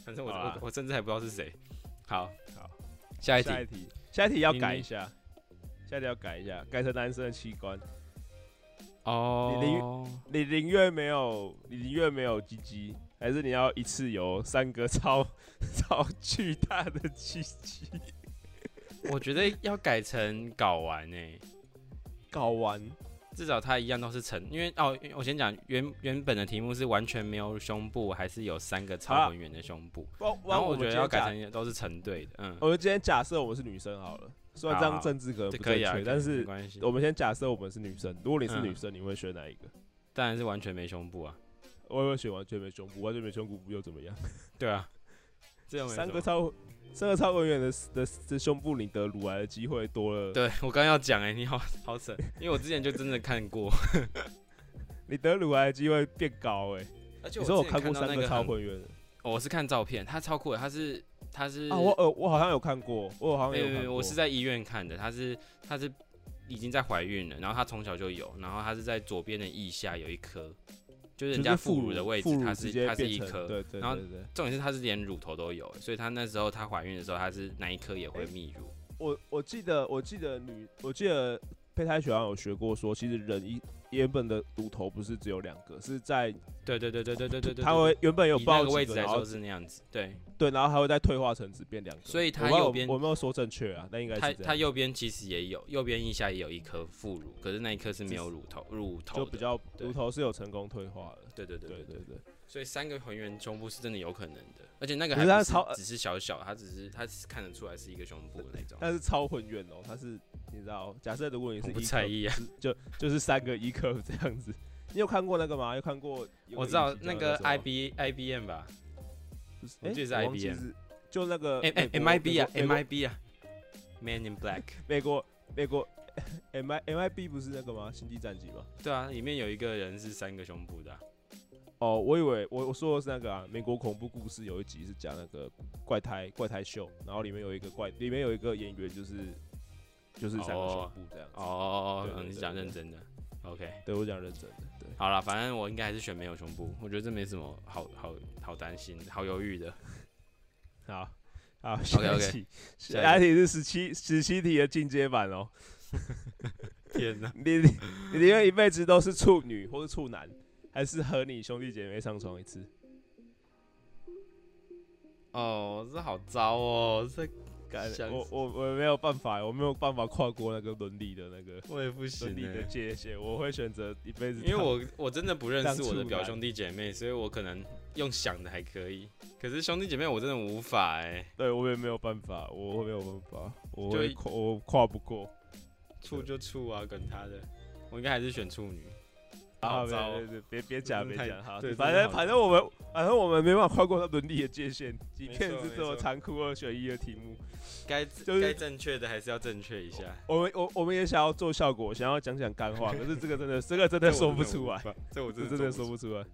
反正我好啦我我甚至还不知道是谁。好，好，下一题下一题，下一题要你改你一下，下一题要改一下，改成男生的器官。你淋哦，你宁愿没有，你宁愿没有鸡鸡，还是你要一次有三个超 [LAUGHS] 超巨大的鸡鸡？ [LAUGHS] 我觉得要改成睾丸呢、睾丸至少它一样都是成，因为哦，因为我先讲原原本的题目是完全没有胸部，还是有三个好超啦浑圆的胸部，不不然后我们觉得今天要改假，哦成都是成对的，嗯，我们今天假设我们是女生好了，虽然这好样好政治可能这不可正以确，啊，可以但没是关系，我们先假设我们是女生。如果你是嗯女生，你会选哪一个？当然是完全没胸部啊，我也会选完全没胸部，完全没胸部又怎么样？对啊，这样没三什个么超三个超文远的的的胸部，你得乳癌的机会多了。对我刚要讲哎、你好好扯，因为我之前就真的看过，你得乳癌的机会变高哎、 [LAUGHS] 而且你说我之前看过到三那个超很哦浑圆的我是看照片，他超酷的，他是他是啊，我呃我好像有看过，我好像没有有看过。没有，我是在医院看的，他是他是已经在怀孕了，然后他从小就有，然后他是在左边的腋下有一颗，就是人就家是副副乳的位副置，乳它直是接它是变一成颗，对对然后对对。重点是他是连乳头都有，所以他那时候她怀孕的时候，他是那一颗也会泌乳，我我记得我记得女我记得胚胎学好像有学过说，其实人一原本的乳头不是只有两个，是在对对对对对对对对，它会原本有以那抱个位几置个，来然说后是那样子，对，对，然后还会再退化成只变两个。所以它我不知道右我边我没有说正确啊，那应该他是这他样，右边其实也有，右边腋下也有一颗副乳，可是那一颗是没有乳头，乳头就的比较对乳头是有成功退化的。对对对对对对，对对，所以三个还原胸部是真的有可能的，而且那个可还是不它是呃超只是小小，它只是它是看得出来是一个胸部的那种，但是超浑圆哦，它是你知道，假设如果你我是不医在科意啊，就就是三个一颗这样子。你有看过那个吗？有看过？有我个知道影集叫那个什么 I B I B M 吧不是我记得是诶忘记 IBM 是就那个美国，M [LAUGHS] M M I B 啊美国 M I B 啊，Man in Black，美国美国 M I M I B 不是那个吗？星际战警吗？对啊，里面有一个人是三个胸部的啊、哦，我以为我我说的是那个啊，美国恐怖故事有一集是讲那个怪胎怪胎秀，然后里面有一个怪，里面有一个演员就是就是三个胸哦部这样子。哦哦哦对哦，对你是对讲对认真的，OK，对我讲认真的，对，好了，反正我应该还是选没有胸部，我觉得这没什么好好好担心、好犹豫的。好。好，下一 OK，OK 题下一下一题是十七十七题的进阶版哦。 [LAUGHS] 天哪！你你你宁愿一辈子都是处女或是处男，还是和你兄弟姐妹上床一次？哦，这好糟哦，这干想我我我没有办法，我没有办法跨过那个伦理的那个我也不行伦理 [LAUGHS] 的欸界限，我会选择一辈子当。因为我我真的不认识我当的处表男兄弟姐妹，所以我可能用想的还可以，可是兄弟姐妹我真的无法哎、对我也没有办法，我没有办法，我就会一跨我跨不过。处就处啊，管他的，我应该还是选处女。啊，好别糟哦别别别别讲真别的太讲哈对，反真的正好反正我们反正我们没办法跨过伦理的界限，即没便错是没这么错残酷二选一的题目，该就是该正确的还是哦要正确一下。我们我我们也想要做效果，想要讲讲干话，可是这个真的这个真的这我说不真的出无来，法，这我这真的真的说做不不出来。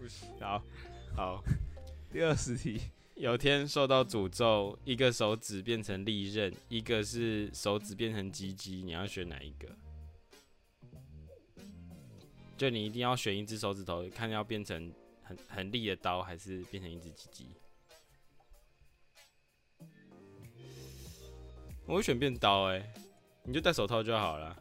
不行。好，好，第二十题，有天受到诅咒，一个手指变成利刃，一个是手指变成鸡鸡，你要选哪一个？就你一定要选一只手指头，看要变成很很利的刀，还是变成一只鸡鸡？我会选变刀哎、你就戴手套就好了，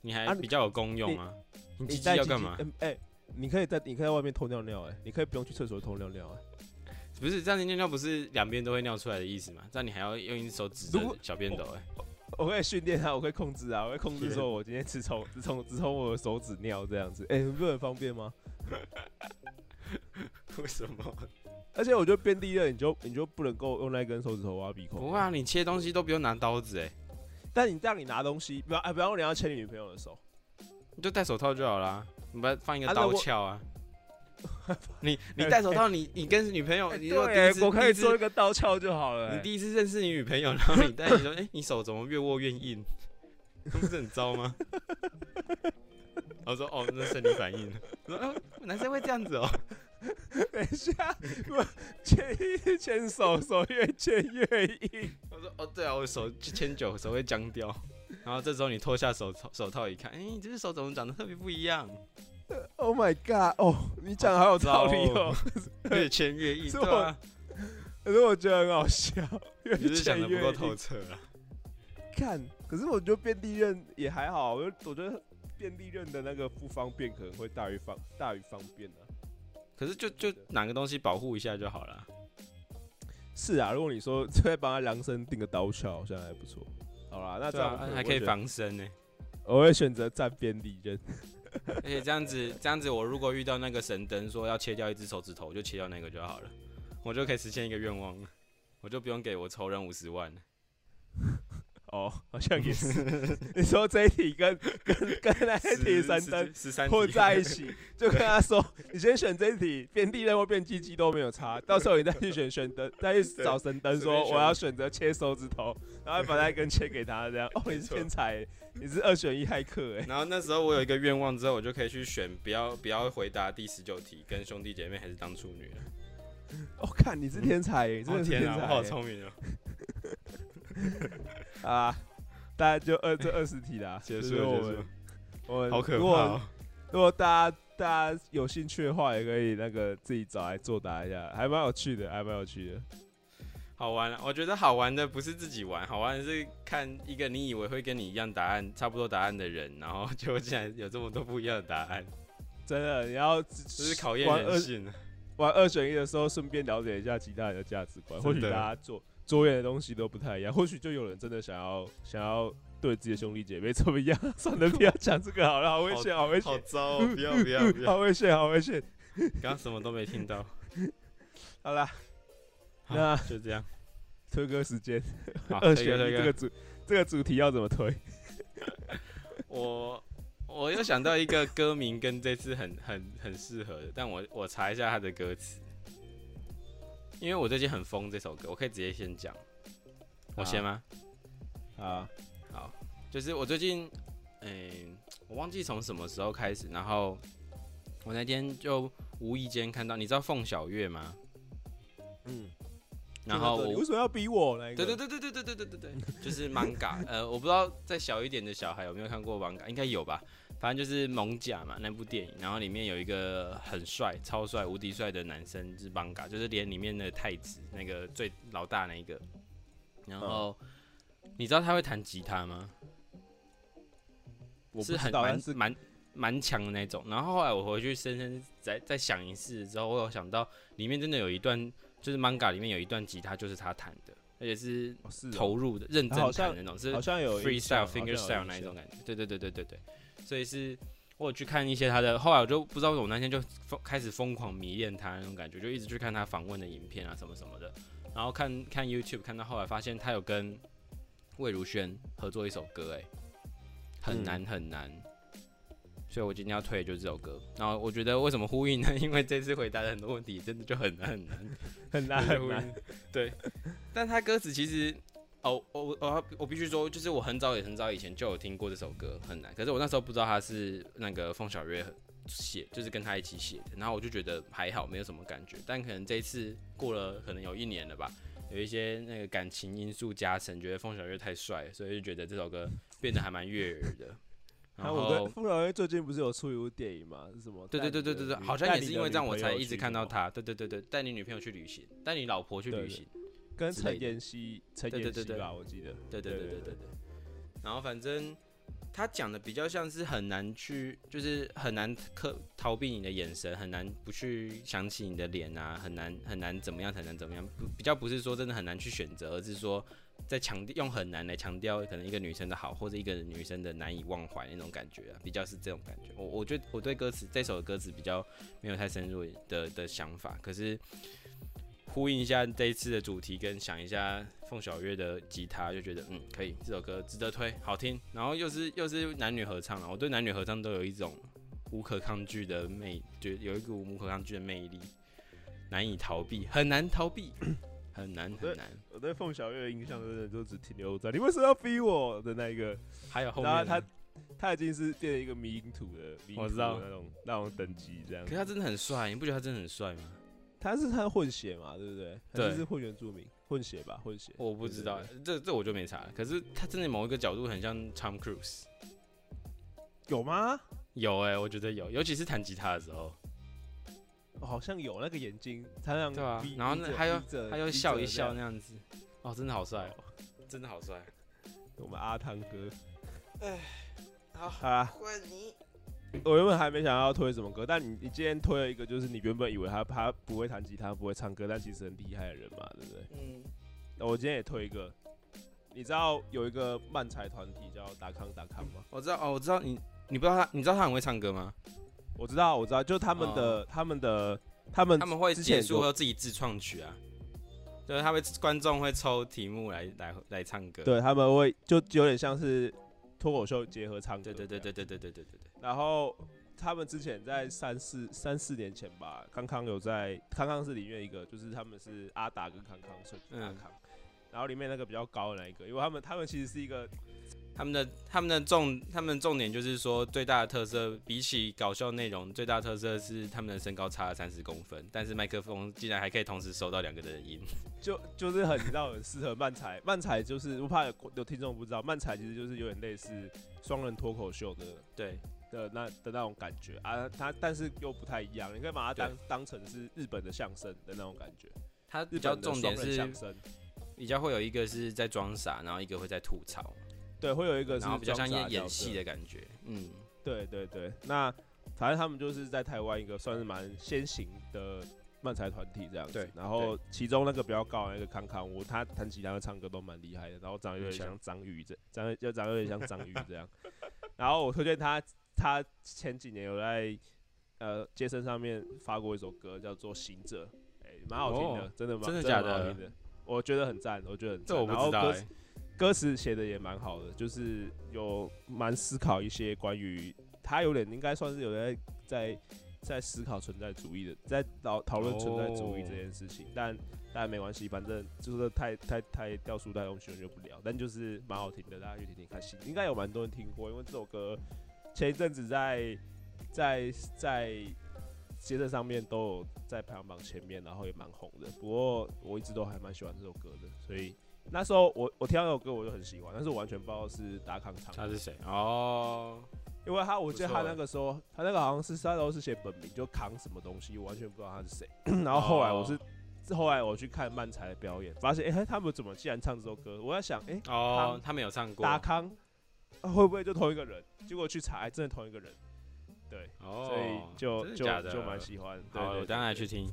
你还啊你比较有功用啊。你鸡鸡带要鸡干鸡嘛？？嗯哎，你可以在你可以在外面偷尿尿，哎，你可以不用去厕所偷尿尿，哎。不是这样，尿尿不是两边都会尿出来的意思吗？这样你还要用一只手指如着果小便斗哎、我会训练啊，我会控制啊，我会控制对说，我今天只从只从只从我的手指尿这样子，哎，不是很方便吗？为什么？而且我觉得变利刃，你就你就不能够用那根手指头挖鼻孔。 [LAUGHS] 不会啊，你切东西都不用拿刀子哎、但你让你拿东西，不要哎，不要你要牵你女朋友的手，你就戴手套就好啦。你把它放一啊个那刀我鞘 [LAUGHS] 啊。你你戴手套，你你跟女朋哎友，你如果第一哎次，欸我可以第一次做一个刀鞘就好了、哎你第一次认识你女朋友，然后你戴，你说，哎、 [LAUGHS] 你手怎么越握越硬？那不是很 [LAUGHS] 糟吗？我说，哦，那是生理反应。我说，啊男生会这样子哦。 [LAUGHS] 等一下，我 [LAUGHS] 牵一牵手，手越牵越硬。我说哦，对啊，我手牵久，手会僵掉。然后这时候你脱下手套，手套一看，哎、你这只手怎么长得特别不一样？ Oh my god！哦，你讲的好有道理哦，越牵越硬， [LAUGHS] 是对啊，可是我觉得很好笑，越 [LAUGHS] 你就是想牵的不越够透硬。彻 [LAUGHS] 啊。看，可是我觉得变利刃也还好，我我觉得变利刃的那个不方便可能会大于方大于方便啊。可是就就拿个东西保护一下就好了。是啊，如果你说再帮他量身定个刀鞘，好像还不错。好啦，那这对样啊我能，还会可以选，防身 [LAUGHS] 呢、我会选择站边利刃。而且这样子，这样子我如果遇到那个神灯说要切掉一只手指头，我就切掉那个就好了，我就可以实现一个愿望了，我就不用给我仇人五十 [LAUGHS] 万了。哦，好像也是。你说这一题跟 [LAUGHS] 跟跟那一题神灯十三混在 [LAUGHS] 一，起，就跟他说，你先选这一题，变利刃或变鸡鸡都没有差，到时候你再去选神灯，再去找神灯随便说选我要选择切手指头，然后把那一根切给他，这样。哦，你是错天才欸，你是二选一骇客哎。然后那时候我有一个愿望之后，我就可以去选不要不要回答第十九题，跟兄弟姐妹还是当处女了。我哦看你是天才欸，你真哦的是天才啊，欸。我好聪明哦！啊，大概就二这二十题啦， [LAUGHS] 结就束是我了，结们束了，我们好可如怕、果哦。如果大家大家有兴趣的话，也可以那个自己找来作答一下，还蛮有趣的，还蛮有趣的。好玩、啊，我觉得好玩的不是自己玩，好玩的是看一个你以为会跟你一样答案、差不多答案的人，然后结果竟然有这么多不一样的答 [LAUGHS] 案，真的，你要这只是考验玩人二性啊。玩二选一的时候，顺便了解一下其他人的价值观，真的或许大家做着眼的东西都不太一样，或许就有人真的想要想要对自己的兄弟姐妹怎么样。 [LAUGHS] 算了，不要讲这个好了，好危险，好危好险，嗯糟 [LAUGHS] 哦！不要不要不要！好危险，好危险。刚刚什么都没听到，好啦，好那就这样。推歌时间，好，二推呃选一歌推这歌个主这个主题要怎么推？我我又想到一个歌名跟这次很很很适合的，但我我查一下它的歌词，因为我最近很疯这首歌，我可以直接先讲，我先吗？啊， [LAUGHS] 好，就是我最近，嗯、我忘记从什么时候开始，然后我那天就无意间看到，你知道凤小岳吗？嗯，然后你我为，什么要逼我？那一个对对对对对对对对对对，就是 manga，呃，我不知道再小一点的小孩有没有看过 manga，应该有吧。反正就是《猛甲》嘛，那部电影，然后里面有一个很帅、超帅、无敌帅的男生，就是 manga，就是连里面的太子那个最老大那一个。然后、你知道他会弹吉他吗？我不是知很道蛮但是蛮蛮强的那种。然后后来我回去深深再再想一次之后，我有想到里面真的有一段，就是 manga 里面有一段吉他就是他弹的，而且是哦是哦投入的、认真好弹像那种，是好像有印 freestyle 象 finger 好像 style 有那一印 [LAUGHS] 象种感觉。对对对对对对，所以是我有去看一些他的，后来我就不知道为什么那天就疯开始疯狂迷恋他那种感觉，就一直去看他访问的影片啊什么什么的，然后看看 YouTube，看到后来发现他有跟魏如萱合作一首歌、哎，很嗯难很难。所以我今天要推的就是这首歌，然后我觉得为什么呼应呢？因 [LAUGHS] 为这次回答的很多问题真的就很难很难，很难对很难。， [LAUGHS] 对。但他歌词其实，哦，我我我我必须说，就是我很早也很早以前就有听过这首歌，很难。可是我那时候不知道他是那个凤小岳写，就是跟他一起写的。然后我就觉得还好，没有什么感觉。但可能这一次过了，可能有一年了吧，有一些那个感情因素加成，觉得凤小岳太帅，所以就觉得这首歌变得还蛮悦耳的。然那我跟后傅老师最近不是有出一部电影吗？是什么？对对对带对你对的对，女好像带也你是的因为女这样，我朋才友去一直什看到么，他。对对对对，带你女朋友去旅行，带你老婆去对旅对行。跟之类陈的妍希、陈对对妍对希对吧，我记得。对对对对对对对对。然后反正他讲的比较像是很难去，就是很难克逃避你的眼神，很难不去想起你的脸啊，很难很难怎么样，很难怎么样，不比较不是说真的很难去选择，而是说在强调用很难来强调可能一个女生的好，或者一个女生的难以忘怀那种感觉啊，比较是这种感觉。我我觉得我对歌词这首歌词比较没有太深入的的想法，可是。呼应一下这一次的主题，跟想一下凤小岳的吉他，就觉得嗯可以，这首歌值得推，好听。然后又是又是男女合唱啊，我对男女合唱都有一种无可抗拒的魅，就有一股无可抗拒的魅力，难以逃避， [LAUGHS] 很难逃避，很难很难。我对凤小岳的印象真的就只停留在你为什么要逼我的那一个，还有后然后面他呢，他已经是变成一个迷因图的，迷因我图知道的那种那种等级这样可。是他真的很帅，你不觉得他真的很帅吗？他是他混血嘛，对不对？对他就是混原住民，混血吧，混血。我不知道对，这这我就没查了。可是他真的某一个角度很像 Tom Cruise，有吗？有哎、我觉得有，尤其是弹吉他的时候。哦好像有那个眼睛，他让对啊逼然后逼那着他又逼着他就逼笑着一笑这那样样子，哦，真的好帅，真的好帅。我们阿汤哥。哎好好啊，我原本还没想要推什么歌，但你你今天推了一个，就是你原本以为他他不会弹吉他、不会唱歌，但其实很厉害的人嘛，对不对？嗯，那我今天也推一个，你知道有一个漫才团体叫达康达康吗？我知道哦，我知道你，你不知道他，你知道他很会唱歌吗？我知道，我知道，就他们的、他们的、他们哦他们会之前结有束后自己自创曲啊，就是他会观众会抽题目来来来唱歌。对他们会就有点像是脱口秀结合唱歌，对对对。对对对对对对对，然后他们之前在三四三四年前吧，康康有在康康是里面一个，就是他们是阿达跟康康，所以阿嗯康。然后里面那个比较高的那一个，因为他们他们其实是一个他们的他们的重他们的重点就是说最大的特色，比起搞笑内容，最大的特色是他们的身高差了三十公分，但是麦克风竟然还可以同时收到两个人的音。就就是很你知道很适合漫才，漫才就是我怕有有听众不知道，漫才其实就是有点类似双人脱口秀的对，的那的那种感觉啊，它但是又不太一样，你可以把它当当成是日本的相声的那种感觉，他日比较本的重双人点是相声，比较会有一个是在装傻，然后一个会在吐槽，对，会有一个是然后比较像装傻演演角色戏的感觉。嗯，对对对，那反正他们就是在台湾一个算是蛮先行的漫才团体这样子。对然后其中那个比较高的那个康康，我他弹吉他和唱歌都蛮厉害的，然后长得有点像张宇这，长就长得有点像张宇这样。 [LAUGHS] 然后我推荐他，他前几年有在呃街声上面发过一首歌，叫做《行者》，哎、蛮好听的，哦真的蛮真的的假蛮好的听的？我觉得很赞，我觉得很这赞。我不然后知道、歌欸。歌词写的也蛮好的，就是有蛮思考一些关于他有点应该算是有在在在思考存在主义的，在讨讨论存在主义这件事情，但但没关系，反正就是太太太掉书袋东西我就不聊，但就是蛮好听的，大家去听听看，新应该有蛮多人听过，因为这首歌前一阵子在在在街站上面都有在排行榜前面，然后也蛮红的。不过我一直都还蛮喜欢这首歌的，所以那时候我我听到这首歌我就很喜欢，但是我完全不知道是达康唱他的，是谁？哦，因为他我记得不错他欸那个时候他那个好像是他那时候是写本名就扛什么东西，我完全不知道他是谁。 [COUGHS] 然后后来我哦是、后来我去看漫才的表演，发现哎、诶他们怎么竟然唱这首歌？我在想哎、诶哦康，他们有唱过。达康啊会不会就同一个人？结果去查，哎真的同一个人。对，哦，所以就、真的就假的就蛮喜欢。对好，对我当然对去听。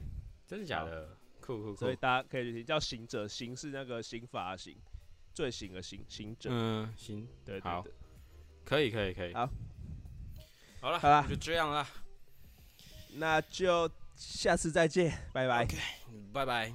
真的假的？酷酷酷所以。大家可以去听，叫《行者》，行是那个刑罚的刑，罪行的行，行者。嗯，行，对对好对，可以可以可以。好，好了，好啦就这样啦，那就下次再见，拜拜。拜拜。